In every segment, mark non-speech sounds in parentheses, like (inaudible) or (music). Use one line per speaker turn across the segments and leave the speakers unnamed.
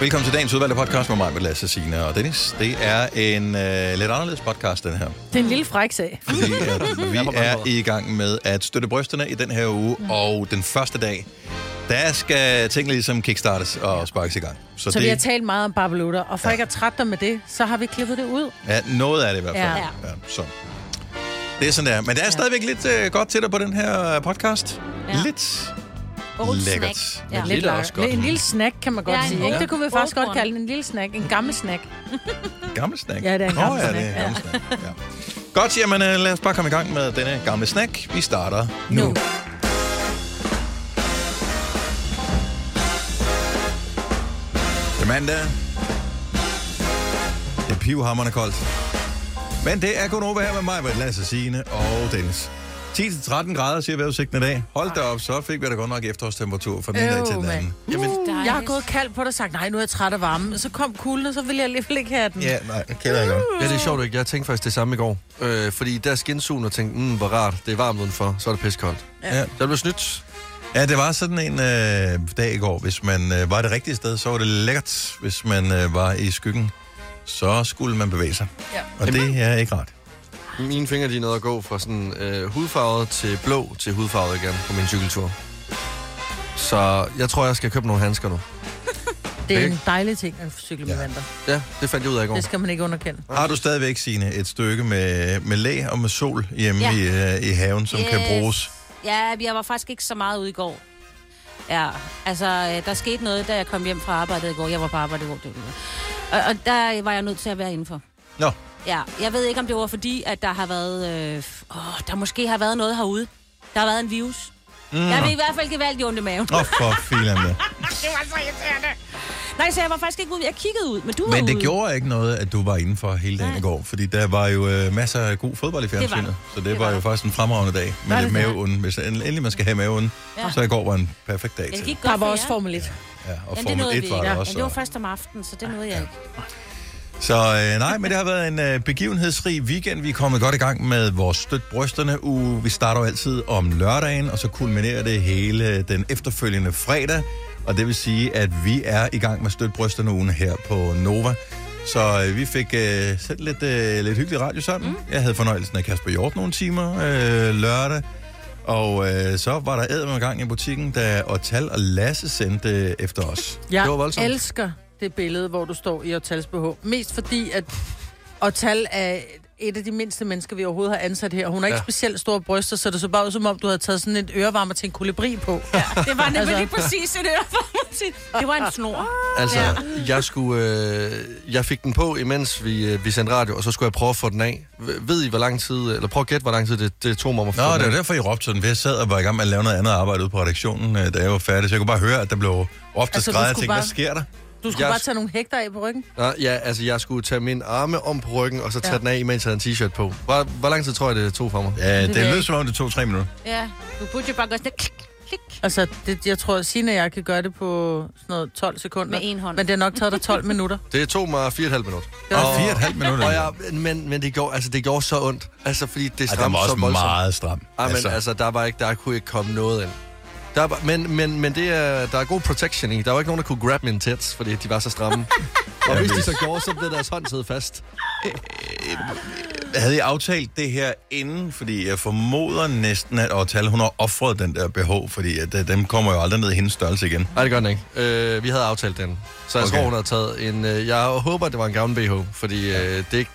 Velkommen til dagens udvalgte podcast med mig, med Lasse Signe og Dennis. Det er en øh, lidt anderledes podcast, den her.
Det er en lille fræk sag. (laughs)
Fordi at vi er i gang med at støtte brysterne i den her uge,
Mm.
og den første dag, der skal tingene ligesom kickstartes og sparkes i gang.
Så, så det, vi har talt meget om barbelutter, og for ja. ikke at trætte dig med det, så har vi klippet det ud.
ja, noget af det i hvert fald.
Ja.
Ja. Ja, så. Det er sådan, der. Men der er stadigvæk lidt øh, godt til dig på den her podcast. Ja. Lidt.
Old
Lækkert.
snack.
Men
Ja.
lidt-
Lidt
Det er da også
lang-
godt.
En lille snack, kan man godt
Ja, en
sige.
old-
Ikke? Det kunne vi
old
faktisk godt
one.
kalde den, en lille snack. En gammel snack.
Gammel snack.
Ja, det er en
Nå,
gammel
ja,
snack.
Det er en gammel snack. Ja. Godt, jamen øh, lad os bare komme i gang med denne gamle snack. Vi starter nu. nu.
Nu.
Det er mandag. Det er pivhammerende koldt. Men det er kun over her med mig, med Lasse Signe og Dennis. 10-13 grader, siger vejrudsigten i dag. Hold da op, så fik vi da godt nok efterårstemperatur fra den ene dag til den
Øv,
anden.
mand. Uh,
Dejligt.
jeg har gået kaldt på dig og sagt, nej, nu er jeg træt af varmen. Så kom kulden, og så ville jeg alligevel ikke have den.
Ja, nej, det kender jeg godt.
Ja, det er sjovt, ikke? Jeg tænkte faktisk det samme i går. Øh, fordi der skinsugen og tænkte, mm, hvor rart, det er varmt udenfor, så er det pissekoldt.
Ja.
Så det blev snydt.
Ja, det var sådan en øh, dag i går. Hvis man øh, var det rigtige sted, så var det lækkert. Hvis man øh, var i skyggen, så skulle man bevæge sig.
Ja.
Og det er ikke rart.
Mine fingre, de er nede at gå fra sådan øh, hudfarvet til blå til hudfarvet igen på min cykeltur. Så jeg tror, jeg skal købe nogle handsker nu.
Det er en
Ikke?
dejlig ting at cykle med
Ja.
vanter.
Ja, det fandt jeg ud af i går.
Det skal man ikke underkende.
Har du stadigvæk, sine et stykke med, med læ og med sol hjemme
Ja.
ja. i, øh, i haven, som yes. kan
Yes.
bruges?
Ja, jeg var faktisk ikke så meget ude i går. Ja, altså, øh, der skete noget, da jeg kom hjem fra arbejdet i går. Jeg var på arbejde i går. det var- Og, og der var jeg nødt til at være indenfor.
Nå,
Ja, jeg ved ikke, om det var fordi, at der har været... Øh, åh, der måske har været noget herude. Der har været en virus. Mm. Jeg vil i hvert fald gevaldigt ondt i maven.
Nå for filan
(laughs)
da.
Nej, så jeg var faktisk ikke ude. Jeg kiggede ud, men du var
Men det
ude.
gjorde ikke noget, at du var indenfor hele dagen
Uh. Nej.
i går, fordi der var jo øh, masser af god fodbold i fjernsynet.
Det var der.
så det,
Det
var,
var
jo
der.
faktisk en fremragende dag med
Var
lidt
det det?
maveånden. Hvis endelig man skal have maveånden, ja.
Ja.
så i går var en perfekt dag
Men det
til.
gik godt
Der var
for
også
jer.
Formel 1.
Ja, og
Jamen, det nåede
Formel
vi
1 var
ikke.
der
Ja,
også.
Men det var
og-
først om aftenen, så det nåede jeg ikke.
Så øh, nej, men det har været en øh, begivenhedsrig weekend. Vi er kommet godt i gang med vores støt brysterne uge. Vi starter jo altid om lørdagen, og så kulminerer det hele øh, den efterfølgende fredag. Og det vil sige, at vi er i gang med støt brysterne ugen her på Nova. Så øh, vi fik øh, sendt lidt, øh, lidt hyggelig radio sammen. Mm. Jeg havde fornøjelsen af Kasper Hjort nogle timer øh, lørdag. Og øh, så var der æder med gang i butikken, da Otal og Lasse sendte øh, efter os.
Jeg
Det var voldsomt.
elsker det billede, hvor du står i Otals BH. Mest fordi, at Otal er et af de mindste mennesker, vi overhovedet har ansat her. Hun har ikke
Ja.
ja. specielt store bryster, så det så bare ud, som om du havde taget sådan et ørevarmer til en kolibri på. Ja.
Det var nemlig
Altså.
altså. lige præcis en øreform. (laughs) Det var en snor.
Altså, ja. jeg, skulle, øh, jeg fik den på, imens vi, øh, vi sendte radio, og så skulle jeg prøve at få den af. V- Ved I, hvor lang tid, eller prøv at gætte, hvor lang tid det, det tog mig at få
Nå,
den
det var
af.
derfor, I råbte sådan, for jeg sad og var i gang med at lave noget andet arbejde ude på redaktionen, øh, da jeg var færdig, så jeg kunne bare høre, at der blev råbt og
Altså, du
skrevet, jeg
skulle
tænkte,
bare-
hvad sker der?
Du skulle
Jeg-
bare tage nogle hægter af på ryggen.
Nå, ja, altså, jeg skulle tage min arme om på ryggen, og så tage
Ja.
ja. den af, imens jeg havde en t-shirt på. Hvor, hvor lang tid tror jeg, det tog for mig?
Ja, det,
ved jeg
lød
ikke.
som om, det tog tre minutter.
Ja, du burde jo bare gøre sådan et klik, klik.
Altså, det, jeg tror, at Signe og jeg kan gøre det på sådan noget 12 sekunder.
Med én hånd.
Men det har nok taget dig 12
(laughs)
minutter.
Det tog mig 4,5 minutter.
Og fire og et halvt minutter.
Og
ja,
jeg, men, men det gjorde, altså, det gjorde så ondt. Altså, fordi det
der
stramte
var
så
også
voldsomt.
meget stram.
Ej, men altså. altså, der var ikke, der kunne ikke komme noget ind. Der var, men, men, men det er, der er god protection i. Der var ikke nogen, der kunne grab mine tits, fordi de var så
(laughs)
stramme. Og hvis de så gjorde, så blev deres hånd siddet fast.
havde jeg aftalt det her inden, fordi jeg formoder næsten, at Ortal, hun har offret den der behov, fordi at, øh, dem kommer jo aldrig ned i hendes størrelse igen.
Nej, det gør den ikke. Øh, vi havde aftalt den. Så jeg
Okay.
okay. tror, hun har taget en... Øh, jeg håber, det var en gammel BH, fordi øh, det er ikke...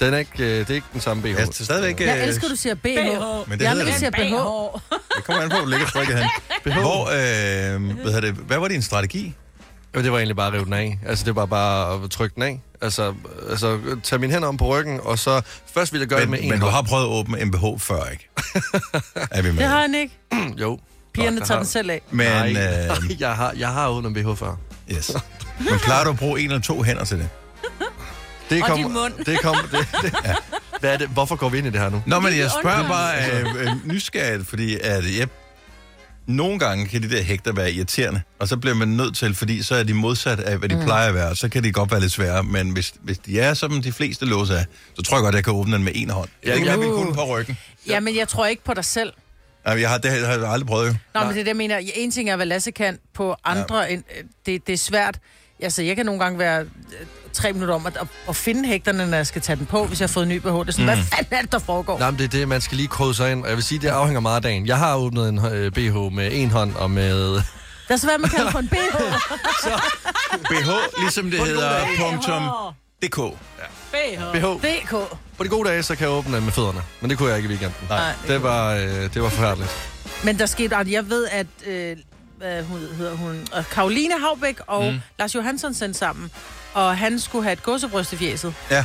Den er ikke, øh, det er ikke den samme BH.
Jeg er stadigvæk...
Jeg
øh,
elsker, at du siger BH.
Men
Men
det
det jeg
hedder
vil
det.
sige BH.
Det kommer an på, hvor du ligger trykket hen. Hvor, øh, hvad, hedder det, hvad var din strategi?
Jamen, det var egentlig bare at rive den af. Altså, det var bare at trykke den af. Altså, altså tage mine hænder om på ryggen, og så... Først ville jeg gøre det med
Men,
en
men du
hånd.
har prøvet at åbne en behov før, ikke? Er vi med?
Det har han ikke.
Jo.
Pigerne
Nå,
tager
der
den selv af.
har-
Men,
(laughs) Nej,
øh,
jeg har, jeg har uden en BH før.
Yes. Men klarer du at bruge en eller to hænder til det?
Det
Og din mund.
Det kom, det,
(laughs)
det, ja. Hvad er det? Hvorfor går vi ind i det her nu?
Nå, men
Det er
jeg spørger
undrende.
bare øh, øh, nysgerrigt, fordi at jeg... Nogle gange kan de der hægter være irriterende, og så bliver man nødt til, fordi så er de modsat af, hvad de mm. plejer at være, og så kan de godt være lidt svære, men hvis, hvis de er, som de fleste låse er, så tror jeg godt, at jeg kan åbne den med en hånd. Ja,
Ja,
det kan
ja.
vi kun på ryggen.
Jamen, jeg tror ikke på dig selv.
Jamen, jeg har, det har jeg aldrig prøvet jo.
Nå, men det er det, jeg mener. En ting er, hvad Lasse kan på andre. Ja. End, øh, det, det er svært. Altså, jeg kan nogle gange være øh, tre minutter om at, at, at finde hægterne, når jeg skal tage den på, hvis jeg har fået en ny BH. Det er sådan, mm. hvad fanden er det, der foregår?
Nej, men det er det, man skal lige kode sig ind. Og jeg vil sige, det afhænger meget af dagen. Jeg har åbnet en øh, BH med en hånd og med...
Der er så hvad man
(laughs)
kalder for en BH.
BH, ligesom det hedder punktum .dk.
BH.
DK.
På de gode dage, så kan jeg åbne den med fødderne. Men det kunne jeg ikke i weekenden.
Nej.
Det var, øh, det var forfærdeligt.
Men der skete, at jeg ved, at øh, hvad hun, hedder hun, og Karoline Havbæk og mm. Lars Johansson sendte sammen, og han skulle have et gåsebryst i fjeset.
Ja.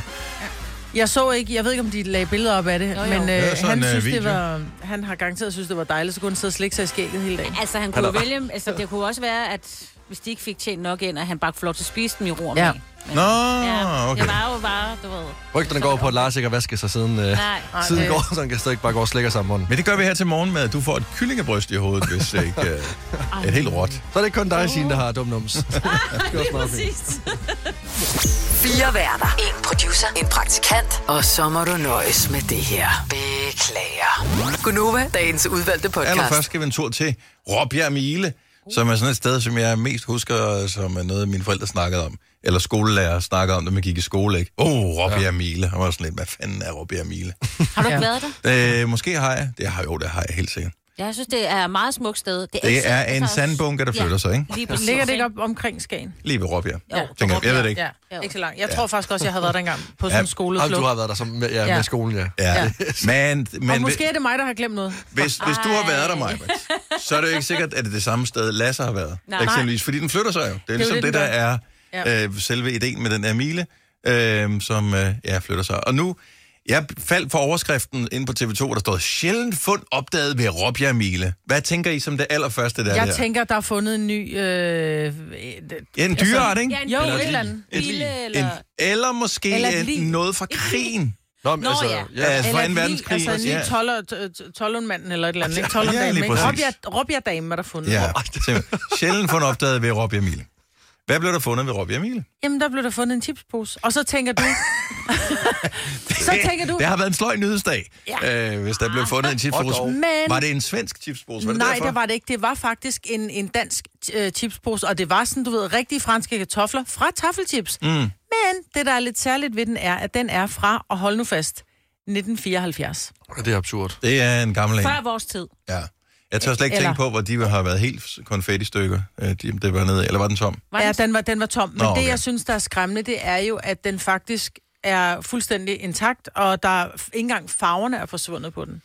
Jeg så ikke, jeg ved ikke, om de lagde billeder op af det, jo,
jo.
jo. men
Det
er
øh,
sådan
han,
en, øh,
synes, det
video.
var, han har garanteret synes, det var dejligt, så kunne han sidde og slikke sig i skægget hele dagen.
Altså, han kunne vælge... Altså, det kunne også være, at hvis de ikke fik tjent nok ind, at han bare kunne få lov til at spise dem i ro og
Ja.
mag. Men-
Nå,
Ja,
Ah, okay.
det var jo bare, du ved...
Rygterne går på, at Lars ikke har vasket sig siden, øh,
Nej.
siden
det-
går, så han kan stadig bare gå og slikke sig om munden.
Men det gør vi her til morgen med, at du får et kyllingebryst i hovedet, hvis ikke uh, et helt råt.
Så er det ikke kun dig, Signe, der har dum nums. det er også meget fint.
Præcis.
Fire værter. En producer. En praktikant. Og så må du nøjes med det her. Beklager. Gunova, dagens udvalgte podcast.
Allerførst skal vi en tur til Råbjerg Mile, som er sådan et sted, som jeg mest husker, som er noget, mine forældre snakkede om. Eller skolelærer snakkede om, da man gik i skole, ikke? Åh, oh, Råbjerg Mile. Han var sådan lidt, hvad fanden er Råbjerg Mile?
Har du ikke
Ja.
været der?
øh, måske har jeg. Det har jo, det har jeg helt sikkert.
Jeg synes, det er et meget smukt sted. er, ikke
Det er
sandet,
en
der
sandbunker, der flytter sig, ikke?
Lige præcis.
Ligger det ikke op omkring Skagen?
Lige ved Råbjerg.
Jo, på
Tænker, jeg, jeg ved det
Råbjerg.
ikke.
Ja, ikke så langt. Jeg tror faktisk også, jeg har været der engang på sådan
Ja.
en
Jamen,
skoleflugt.
du har været der som, med, ja,
Ja.
med skolen, ja.
Ja.
Ja.
Men, men,
Og måske er det mig, der har glemt noget.
Hvis, hvis du har været der, Maja, så er det jo ikke sikkert, at det er det samme sted, Lasse har været.
Nej.
Eksempelvis, fordi den flytter sig jo. Det er, ligesom det,
det,
det
den
der
gør.
er
Ja.
øh, selve ideen med den her mile, øh, som øh, ja, flytter sig. Og nu, jeg faldt for overskriften inde på TV2, hvor der står, sjældent fund opdaget ved Råbjerg Mile. Hvad tænker I som det allerførste, der er
Jeg
der?
tænker, der er fundet en ny... Øh,
En dyreart, ikke?
Ja, en
Jo,
bil.
et eller andet.
Et-
Bille,
en,
eller...
eller måske
Eller et
et-
lig.
noget fra krigen.
Nå, men,
Nå,
altså,
ja.
Ja, altså
Eller
fra
en
anden
ny-
verdenskrig.
Altså en ny
ja. Altså,
toller, t- t- tollundmanden eller et eller andet. ikke? Tollunddamen,
lige
ikke?
præcis.
Råbjerg- Råbjerg-damen er der fundet.
Ja, simpelthen. sjældent fund opdaget ved Råbjerg Mile. Hvad blev der fundet ved Råbjerg Mile?
Jamen, der blev der fundet en chipspose. Og så tænker
(laughs)
du... så tænker du...
Det har været en sløj nyhedsdag, ja.
Ja.
øh, hvis der blev fundet
(laughs)
en chipspose.
dog.
Men-
Var det en svensk chipspose? Var det
Nej,
derfor?
der var det ikke. Det var faktisk en, en dansk øh, chipspose, og det var sådan, du ved, rigtige franske kartofler fra taffelchips. Mm. Men det, der er lidt særligt ved den, er, at den er fra, og hold nu fast, 1974.
Ja, det er absurd.
Det er en gammel en,
Før vores tid.
ja. Jeg tør slet ikke
Eller-
tænke på, hvor de har været helt konfetti-stykker. Øh, de- Det var nede, eller var den tom?
Var
Ja,
det-
den var, den var tom. Men
Nå,
Nå,
okay.
det, jeg synes, der er skræmmende, det er jo, at den faktisk er fuldstændig intakt, og der er f- ikke engang farverne er forsvundet på den.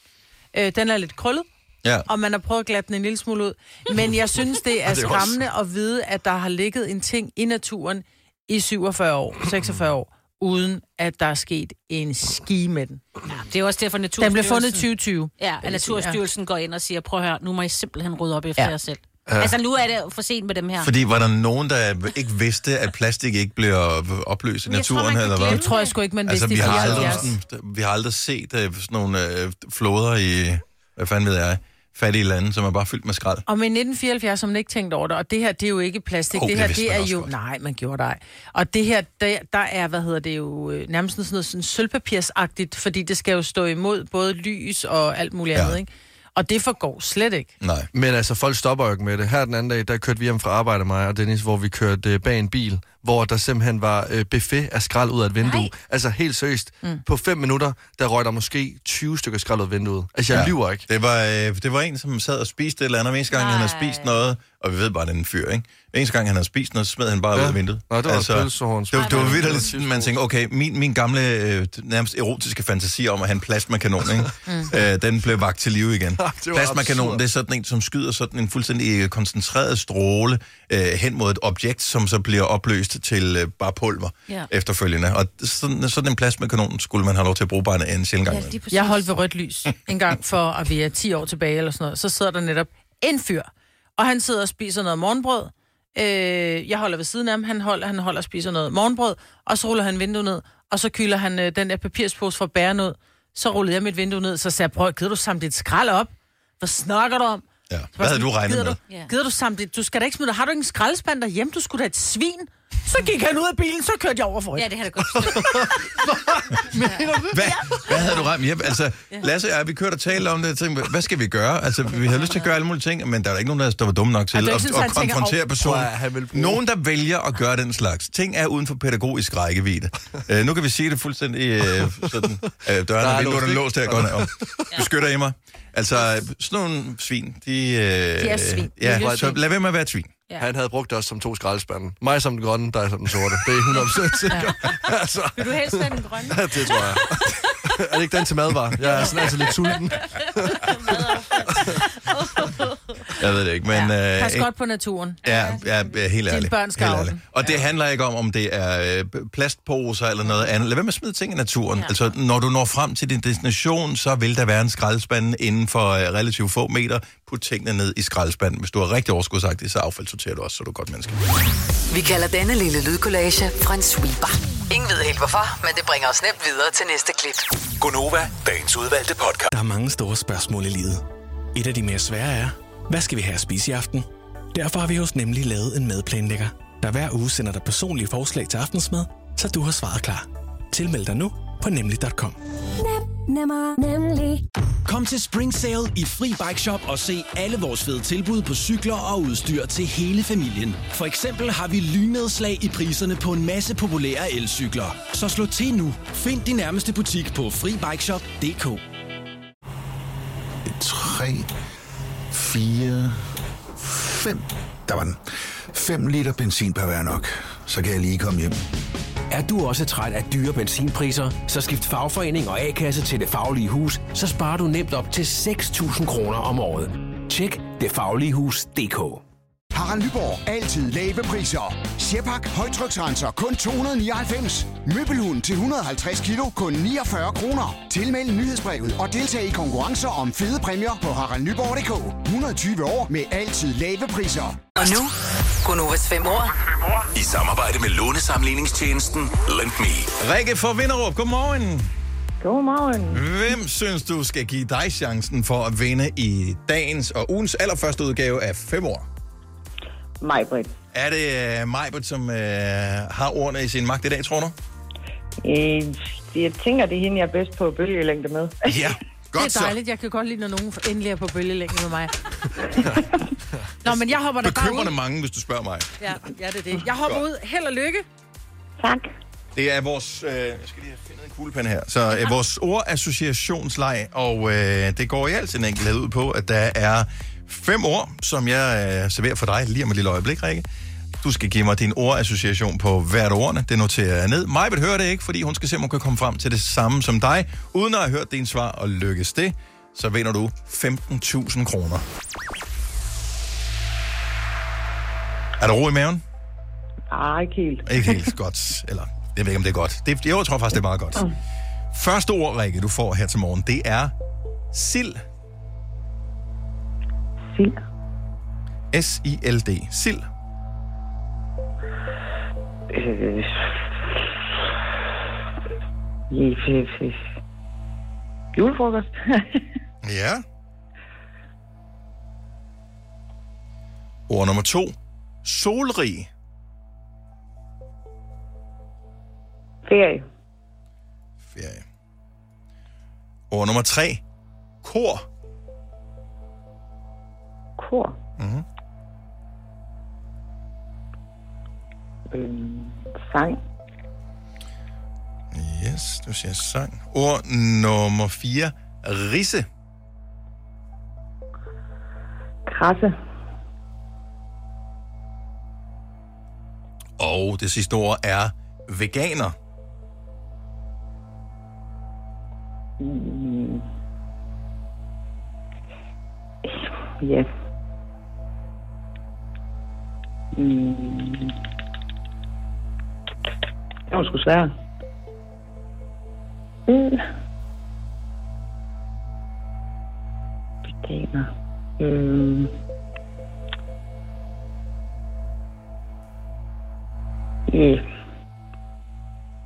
Øh, den er lidt krøllet,
Ja.
og man har prøvet at glatte den en lille smule ud. Men jeg synes,
(laughs)
det er
også-
skræmmende at vide, at der har ligget en ting i naturen i 47 år, 46 år, uden at der er sket en ski med den.
Det er jo også derfor, Naturstyrelsen...
Den blev fundet i 2020.
Ja, at Naturstyrelsen går ind og siger, prøv at høre, nu må I simpelthen rydde op efter
Ja.
jer selv. Altså, nu er det for sent med dem her.
Fordi var der nogen, der ikke vidste, at plastik ikke bliver opløst i
Men jeg tror,
naturen?
man kan
eller hvad?
Det tror jeg sgu ikke, man
Altså,
vidste
vi
i
har, aldrig,
74.
sådan, vi har aldrig set uh, sådan nogle uh, floder i, hvad fanden ved jeg, fattige lande, som er bare fyldt med skrald.
Og med 1974 har man ikke tænkt over det, og det her, det er jo ikke plastik.
Hov,
det
det
her,
vidste
det
man
er
også
jo...
godt.
Nej, man gjorde dig. Og det her, der, der er, hvad hedder det jo, øh, nærmest sådan noget sådan sølvpapirsagtigt, fordi det skal jo stå imod både lys og alt muligt
Ja.
ja. andet, ikke? Og det forgår slet ikke.
Nej.
Men altså, folk stopper jo ikke med det. Her den anden dag, der kørte vi hjem fra arbejde, mig og Dennis, hvor vi kørte øh, bag en bil, hvor der simpelthen var øh, buffet af skrald ud af et vindue.
Nej.
Altså, helt seriøst. Mm. På fem minutter, der røg der måske 20 stykker skrald ud af vinduet. Altså, jeg ja. lyver ikke.
Det var, øh, det var en, som sad og spiste et eller andet, og eneste gang Nej. han har
Nej.
spist noget, og vi ved bare, at den er en fyr, ikke? Hver eneste gang han har spist noget, så smed han bare ja. ud af vinduet. Altså,
Nå, det var pølsehorns.
det, var- det var
Ej,
vildt,
hvor-
lidt sådan, man tænker, okay, min, min gamle, øh, nærmest erotiske fantasi om at have en plasmakanon, ikke? mm. øh, den blev vagt til live
(laughs)
igen.
absurd.
plasmakanon, det er sådan en, som skyder sådan en fuldstændig øh, koncentreret stråle øh, hen mod et objekt, som så bliver opløst til øh, bare pulver
Ja.
efterfølgende. Og sådan, sådan en plasmakanon skulle man have lov til at bruge bare en, en sjældent gang. imellem.
Jeg holdt ved rødt lys en gang for, at vi er 10 år tilbage eller sådan noget. Så sidder der netop en fyr, og han sidder og spiser noget morgenbrød. Øh, jeg holder ved siden af ham, han holder, han holder og spiser noget morgenbrød, og så ruller han vinduet ned, og så kylder han øh, den der papirspose fra bæren ud. Så rullede jeg mit vindue ned, så sagde jeg, prøv, gider du samle dit skrald op? Hvad snakker du om?
Ja.
Så var
Hvad havde
sådan,
du regnet
gider
med?
Du, gider du samle dit, du skal da ikke smide, har du ikke en skraldespand derhjemme? Du skulle da et svin. Så gik han ud af bilen, så kørte jeg over for
Ja,
hende.
det kan jeg da godt forstå.
Hvad, hvad havde du ramt? Yep, altså, Lasse og jeg, vi kørte og talte om det, og tænkte, hvad skal vi gøre? Altså, vi havde lyst til at gøre alle mulige ting, men der var ikke nogen, der der var dumme nok til
Og det er
at,
ikke sådan,
at
at han tænker,
konfrontere
"Åh,
personen.
tror jeg, han vil bruge."
Nogen, der vælger at gøre den slags. Ting er uden for pædagogisk rækkevidde. Øh, nu kan vi sige det fuldstændig øh, sådan. Øh, døren
er
og
låst,
vinduerne er
ikke?
låst her. Godt, nok. Beskytter I mig? Altså, sådan nogle svin, de... Øh, de
er svin.
Ja, så
Miljøsvin.
lad være med at være et svin.
Ja.
Han havde brugt os som to skraldespande. Mig som den grønne, dig som den sorte. Det er 100% sikker. (laughs) altså,
Vil du helst være den grønne?
det tror jeg. (laughs) er det ikke den til madvarer? Jeg er sådan altså lidt sulten.
Jeg ved det ikke, men... øh,
Pas
en-
godt på naturen.
Ja, ja, ja helt ærligt.
børn skal
helt
arve
ærligt.
den.
Og det handler ikke om, om det er øh, plastposer eller noget andet. Lad være med at smide ting i naturen. Ja. Altså, når du når frem til din destination, så vil der være en skraldespand inden for øh, relativt få meter. Put tingene ned i skraldespanden. Hvis du har rigtig overskudsagtigt, så affaldssorterer du også, så er du et godt menneske.
Vi kalder denne lille lydkollage Frans sweeper. Ingen ved helt hvorfor, men det bringer os nemt videre til næste klip.
Gunova, dagens udvalgte podcast.
Der er mange store spørgsmål i livet. Et af de mere svære er, hvad skal vi have at spise i aften? Derfor har vi hos Nemlig lavet en madplanlægger, der hver uge sender dig personlige forslag til aftensmad, så du har svaret klar. Tilmeld dig nu på nemlig.com.
Nemmer, nemlig.
Kom til Spring Sale i Fri Bike Shop og se alle vores fede tilbud på cykler og udstyr til hele familien. For eksempel har vi lynedslag i priserne på en masse populære elcykler. Så slå til nu. Find din nærmeste butik på FriBikeShop.dk
3, 4, 5. Der var den. 5 liter benzin per hver nok. Så kan jeg lige komme hjem.
Er du også træt af dyre benzinpriser, så skift fagforening og A-kasse til Det Faglige Hus, så sparer du nemt op til 6.000 kroner om året. Tjek detfagligehus.dk
Harald Nyborg. Altid lave priser. Sjehpak. Højtryksrenser. Kun 299. Møbelhund til 150 kilo. Kun 49 kroner. Tilmeld nyhedsbrevet og deltag i konkurrencer om fede præmier på haraldnyborg.dk. 120 år med altid lave priser.
Og nu, Gunovas fem år.
I samarbejde med lånesamligningstjenesten Lend Me.
Rikke fra Vinderup, godmorgen.
Godmorgen.
Hvem synes du skal give dig chancen for at vinde i dagens og ugens allerførste udgave af 5 år?
Mig, Britt.
Er det øh, Majbert, som øh, har ordene i sin magt i dag, tror du?
Øh, jeg tænker, det er hende, jeg er bedst på bølgelængde med.
Ja, godt
Det er
så.
dejligt. Jeg kan godt lide, når nogen endelig er på bølgelængde med mig. Nå, men jeg hopper da bare
Bekymrende
ud.
mange, hvis du spørger mig.
Ja, ja, det er det. Jeg hopper ud. Held og lykke.
tak.
Det er vores... Øh, jeg skal lige have fundet en kuglepen her. Så
Ah.
øh, vores ordassociationsleg, og øh, det går i al sin enkelhed ud på, at der er fem ord, som jeg øh, serverer for dig lige om et lille øjeblik, Rikke. Du skal give mig din ordassociation på hvert af ordene. Det noterer jeg ned. Maj vil høre det ikke, fordi hun skal se, om hun kan komme frem til det samme som dig, uden at have hørt din svar og lykkes det, så vinder du 15.000 kroner. Er der ro i maven?
Ej, ikke helt.
Ikke helt godt. Eller, jeg ved ikke, om det er godt. Det, jeg tror faktisk, det er meget godt. Første ord, Rikke, du får her til morgen, det er sild.
Sild.
S-I-L-D. Sild.
Øh, i- i- i- Julefrokost.
(laughs) Ja. Ord nummer to. Solrig.
Ferie.
Ferie. Ord nummer tre. Kor.
Kor.
Mhm.
Øh, sang.
Yes, du siger sang. Ord nummer fire. Risse.
Krasse.
Og det sidste ord er veganer.
Ja. Mm. Det var sgu svært. Mm. Veganer. Øhm. Ja.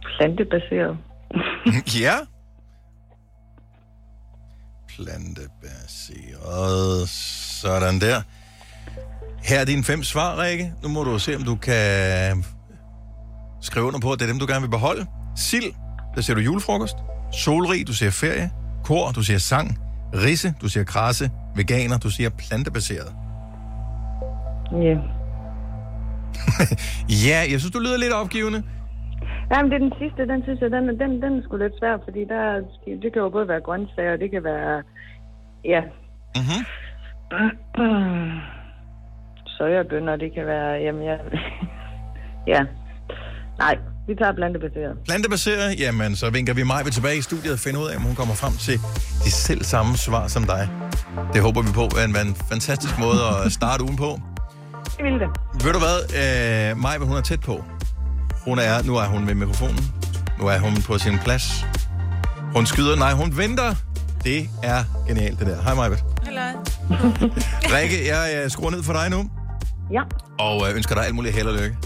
Plantebaseret.
(laughs) Ja. Plantebaseret. Sådan der. Her er dine fem svar, Rikke. Nu må du se, om du kan Skriv under på, at det er dem, du gerne vil beholde. Sild, der ser du julefrokost. Solrig, du ser ferie. Kor, du ser sang. Risse, du ser krasse. Veganer, du ser plantebaseret.
Ja.
(laughs) Ja, jeg synes, du lyder lidt opgivende.
Jamen, det er den sidste, den synes jeg, den, er- den, den er sgu lidt svær, fordi der, det kan jo både være grøntsager, og det kan være, ja. Mm-hmm. Søjerbønder, det kan være, jamen, ja. ja. Nej, vi tager plantebaseret.
Plantebaseret, jamen, så vinker vi Maja tilbage i studiet og finder ud af, om hun kommer frem til de selv samme svar som dig. Det håber vi på er en, en fantastisk måde at starte ugen på.
Det vil det.
Ved du hvad, øh, Maja, hun er tæt på. Hun er, nu er hun ved mikrofonen. Nu er hun på sin plads. Hun skyder, nej, hun venter. Det er genialt, det der. Hej, Maja.
Eller...
Rikke, jeg øh, skruer ned for dig nu.
Ja.
Og øh, ønsker dig alt muligt held og lykke.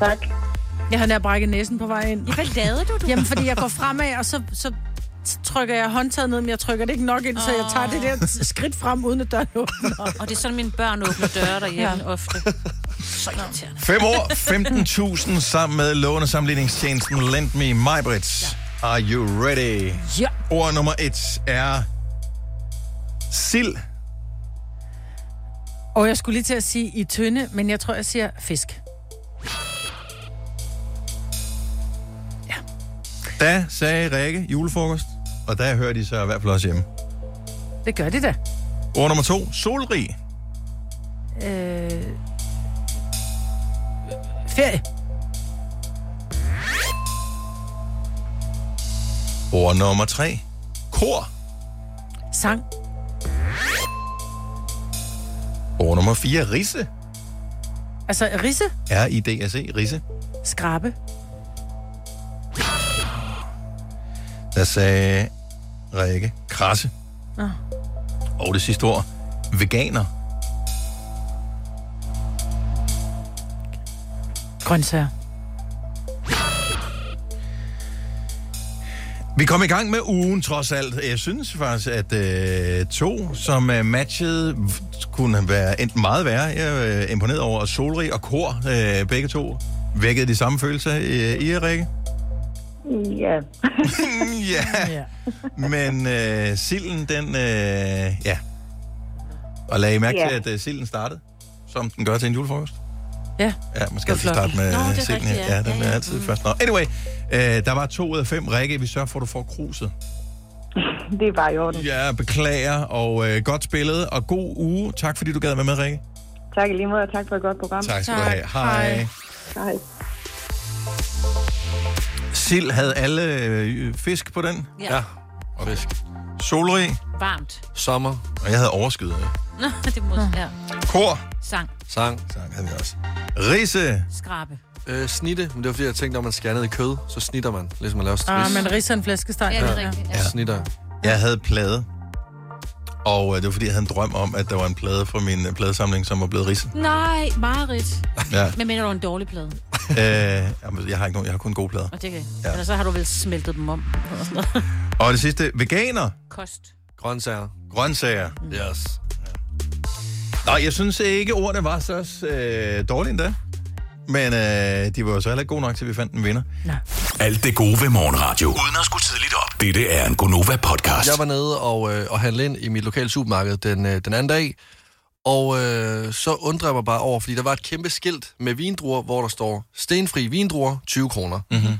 Tak.
Jeg har nær brækket næsen på vej ind.
Hvad lavede du, du?
Jamen, fordi jeg går fremad, og så, så trykker jeg håndtaget ned, men jeg trykker det ikke nok ind, så jeg tager det der t- skridt frem, uden at døren åbner.
Og det er sådan, mine børn åbner døre derhjemme ofte. Så irriterende.
5 år, 15.000 sammen med lånesamligningstjenesten Lend Me MyBrits. Are you ready?
Ja.
Ord nummer et er sild.
Og jeg skulle lige til at sige i tynde, men jeg tror, jeg siger fisk.
Da sagde Rikke julefrokost, og der hører de så i hvert fald også hjemme.
Det gør det da.
Ord nummer to, solrig.
Øh... Ferie.
Ord nummer tre, kor.
Sang.
Ord nummer fire, risse.
Altså risse.
R-I-D-S-E, E, risse.
Skrabe.
Der sagde Rikke krasse.
Nå.
Og det sidste ord, veganer.
Grøntsager.
Vi kom i gang med ugen trods alt. Jeg synes faktisk, at øh, to, som øh, matchede, v- kunne være enten meget værre. Jeg er øh, imponeret over at Solrig og Kor, øh, begge to, vækkede de samme følelser øh, i jer, Rikke. (laughs)
Ja.
ja. Men øh, silden, den... Øh, ja. Og lagde I mærke
Ja.
til, at øh, silden startede, som den gør til en julefrokost?
Ja.
Ja, man skal
Det
altid
var flot.
starte med
Nå, det er
Nå, silden
rigtigt,
her.
ja.
Øh, Ja, den
Ja, Mm.
er
ja.
altid først. Nå, anyway, øh, der var to ud af fem, Rikke. Vi sørger for, at du får kruset.
Det er bare i orden.
Ja, beklager, og øh, godt spillet, og god uge. Tak, fordi du gad være med, Rikke.
Tak i lige måde, og tak for et godt program.
Tak skal du have. Hej. Hej.
Hej.
Sild havde alle øh, fisk på den.
Ja. Ja,
Og fisk. Solrig,
Varmt.
sommer. Og jeg havde overskud.
Nå, (laughs) det må ja.
Kor.
Sang.
Sang.
Sang havde vi også. Risse.
Skrabe.
Øh, snitte, men det var fordi, jeg tænkte, når man skærer ned i kød, så snitter man, ligesom man laver stris.
Ah, men risse og en flæskesteg.
Ja. Snitter.
Jeg havde plade. Og øh, det var, fordi jeg havde en drøm om, at der var en plade fra min øh, pladesamling, som var blevet ridset.
Nej, Marit.
Ja.
Men mener du en dårlig plade?
øh, jamen, jeg har ikke nogen, jeg har kun gode plader.
Og det kan.
Ja.
Ja. Eller så har du vel smeltet dem om. Eller sådan noget.
Og det sidste, veganer.
Kost.
Grøntsager. Grøntsager. Yes. Nå, jeg synes ikke, ordene var så øh, dårlige endda. Men øh, de var jo så heller ikke gode nok, til vi fandt en vinder.
Alt det gode ved morgenradio. Uden at skulle tidligt op. Dette er en Gonova-podcast.
Jeg var nede og, øh, og handle ind i mit lokale supermarked den, øh, den anden dag, og øh, så undrer jeg mig bare over, fordi der var et kæmpe skilt med vindruer, hvor der står stenfri vindruer, 20 kroner.
Mm-hmm.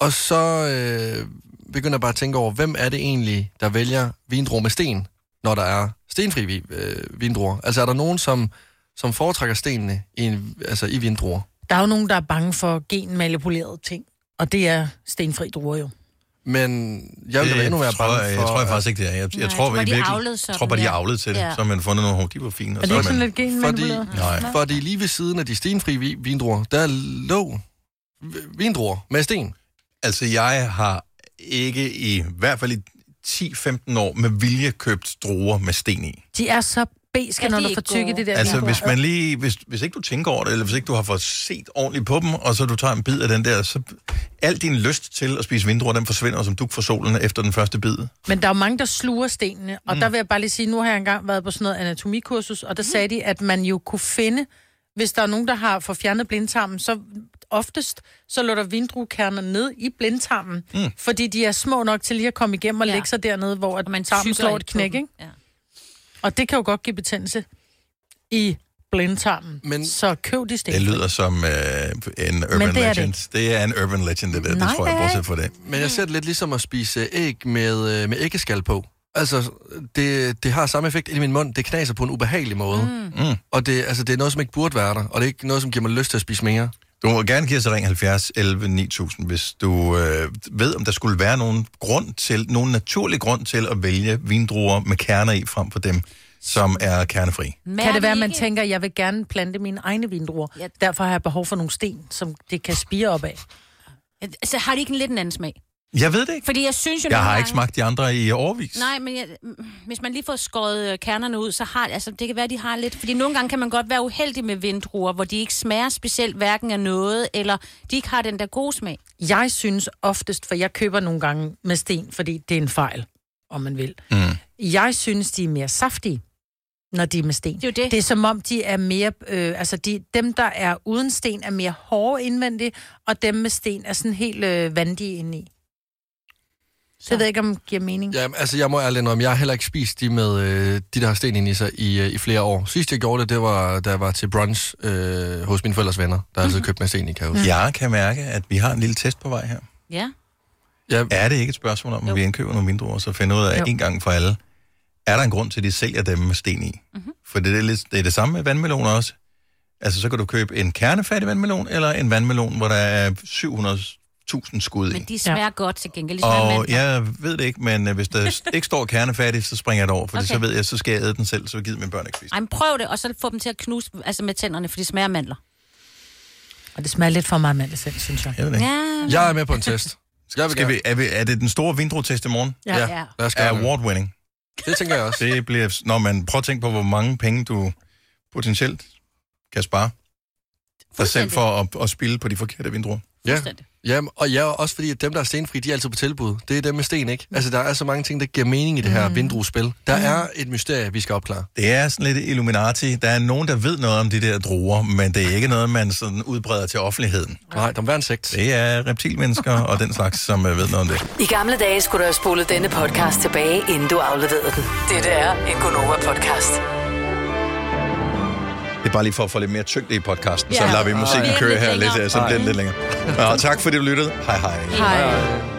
Og så øh, begynder jeg bare at tænke over, hvem er det egentlig, der vælger vindruer med sten, når der er stenfri vi, øh, vindruer? Altså er der nogen, som, som foretrækker stenene i, en, altså, i vindruer?
Der er jo nogen, der er bange for genmanipulerede ting. Og det er stenfri druer jo.
Men jeg ville da
Det
endnu være
tror
bange for...
jeg- jeg tror jeg faktisk ikke, det er. Jeg, jeg tror,
at
jeg virkelig,
Jeg
tror bare, de er avlet til det.
Ja.
Så har man fundet nogle hår, de var fine. og
Er det
så
ikke
man-
sådan lidt Fordi,
fordi, Nej.
fordi lige ved siden af de stenfri vi, vindruer, der lå v- vindruer med sten.
Altså, jeg har ikke i, i hvert fald i 10-15 år med vilje købt druer med sten i.
De er så beske,
Ja, de
når
er
du
ikke
får tykke
gode.
det der.
Altså,
vindruer.
hvis man lige, hvis, hvis ikke du tænker over det, eller hvis ikke du har fået set ordentligt på dem, og så du tager en bid af den der, så al din lyst til at spise vindruer, den forsvinder som duk for solen efter den første bid.
Men der er jo mange, der sluger stenene, og mm. der vil jeg bare lige sige, nu har jeg engang været på sådan noget
Mm.
anatomikursus, og der sagde de, at man jo kunne finde, hvis der er nogen, der har fået fjernet blindtarmen, så oftest, så lå der vindruekerner ned i blindtarmen, mm. fordi de er små nok til lige at komme igennem og ja. lægge sig dernede, hvor at man tarmen
cykler
slår
ikke
et
på
knæk,
dem.
ikke? Ja. Og det kan jo godt give betændelse i blindtarmen. Men, så køb de sten.
Det lyder som øh, en urban
det er det
legend. Det. er en urban legend, det der.
Nej,
det tror
det
jeg,
er
bortset
ikke.
for det.
Men
Mm.
jeg ser det lidt ligesom at spise æg med, øh, med æggeskal på. Altså, det, det har samme effekt i min mund. Det knaser på en ubehagelig måde.
Mm. Mm.
Og det, altså, det er noget, som ikke burde være der. Og det er ikke noget, som giver mig lyst til at spise mere.
Du må gerne give os et ring 70 11 9000, hvis du øh, ved, om der skulle være nogen grund til, nogen naturlig grund til at vælge vindruer med kerner i, frem for dem, som er kernefri.
Kan det være, at man tænker, at jeg vil gerne plante mine egne vindruer, ja. derfor har jeg behov for nogle sten, som det kan spire op af.
Så Altså, har de ikke en lidt en anden smag?
Jeg ved det ikke.
Fordi jeg synes jo
Jeg
nogle
har
gange-
ikke smagt de andre i årvis.
Nej, men jeg, mm, hvis man lige får skåret øh, kernerne ud, så har altså, det kan være, de har lidt... Fordi nogle gange kan man godt være uheldig med vindruer, hvor de ikke smager specielt hverken af noget, eller de ikke har den der gode smag.
Jeg synes oftest, for jeg køber nogle gange med sten, fordi det er en fejl, om man vil.
Mm.
Jeg synes, de er mere saftige, når de er med sten. Det er, det. Det er som om, de er mere... Øh, altså, de, dem, der er uden sten, er mere hårde indvendigt, og dem med sten er sådan helt øh, vandige indeni. Så jeg ved ikke, om det giver mening.
Jamen, altså, jeg må ærligt indrømme, jeg har heller ikke spist de med øh, de, der har sten inde i sig i, øh, i flere år. Sidst jeg gjorde det, det var, da jeg var til brunch øh, hos mine forældres venner, der
(laughs)
altid købte med sten i, kan jeg
Mm.
huske.
Jeg kan mærke, at vi har en lille test på vej her.
Ja.
Ja.
Er det ikke et spørgsmål om, at vi indkøber nogle vindruer, og så finder ud af
Jo.
en gang for alle, er der en grund til, at de sælger dem med sten i?
Mhm.
Mm-hmm. For det er, lidt, det er det samme med vandmeloner også. Altså, så kan du købe en kernefattig vandmelon, eller en vandmelon, hvor der er 700.000 skud i.
Men de smager ja. godt til gengæld. Ligesom
Og
mandler.
jeg ved det ikke, men øh, hvis
(laughs)
der ikke står kernefattig, så springer jeg det over, for okay.
Okay.
så ved jeg, så skal jeg æde den selv, så gider mine børn ikke spise.
Ej, men prøv det, og så få dem til at knuse altså med tænderne, for de smager af mandler.
Og det smager lidt for meget mandelsand, synes jeg.
Jeg ved det ikke.
Mm.
Ja.
Jeg er med på en test.
Skal, skal vi, er, vi, er det den store vindruetest i morgen?
Ja. Ja. Ja.
Lad os gøre
Er
det.
award winning?
Det tænker jeg også.
Det bliver, når man prøver at tænke på, hvor mange penge du potentielt kan spare dig selv for at, at spille på de forkerte vindruer.
Ja. Jamen, og ja, også fordi, at dem, der er stenfri, de er altid på tilbud. Det er dem med sten, ikke? Altså, der er så mange ting, der giver mening i det her mm. vindruespil. Der er et mysterie, vi skal opklare.
Det er sådan lidt Illuminati. Der er nogen, der ved noget om de der druer, men det er ikke noget, man sådan udbreder til offentligheden.
Nej, der er en sekt.
Det er reptilmennesker og den slags, som øh, ved noget om det.
I gamle dage skulle du have spolet denne podcast tilbage, inden du afleverede den. Dette er en Gonova-podcast.
Det er bare lige for at få lidt mere tyngde i podcasten, så
Ja.
lader vi musikken
Ja.
køre
Lidt
her lidt,
længere.
øh, så bliver den lidt længere. Nå, tak fordi du lyttede. Hej hej.
Hej.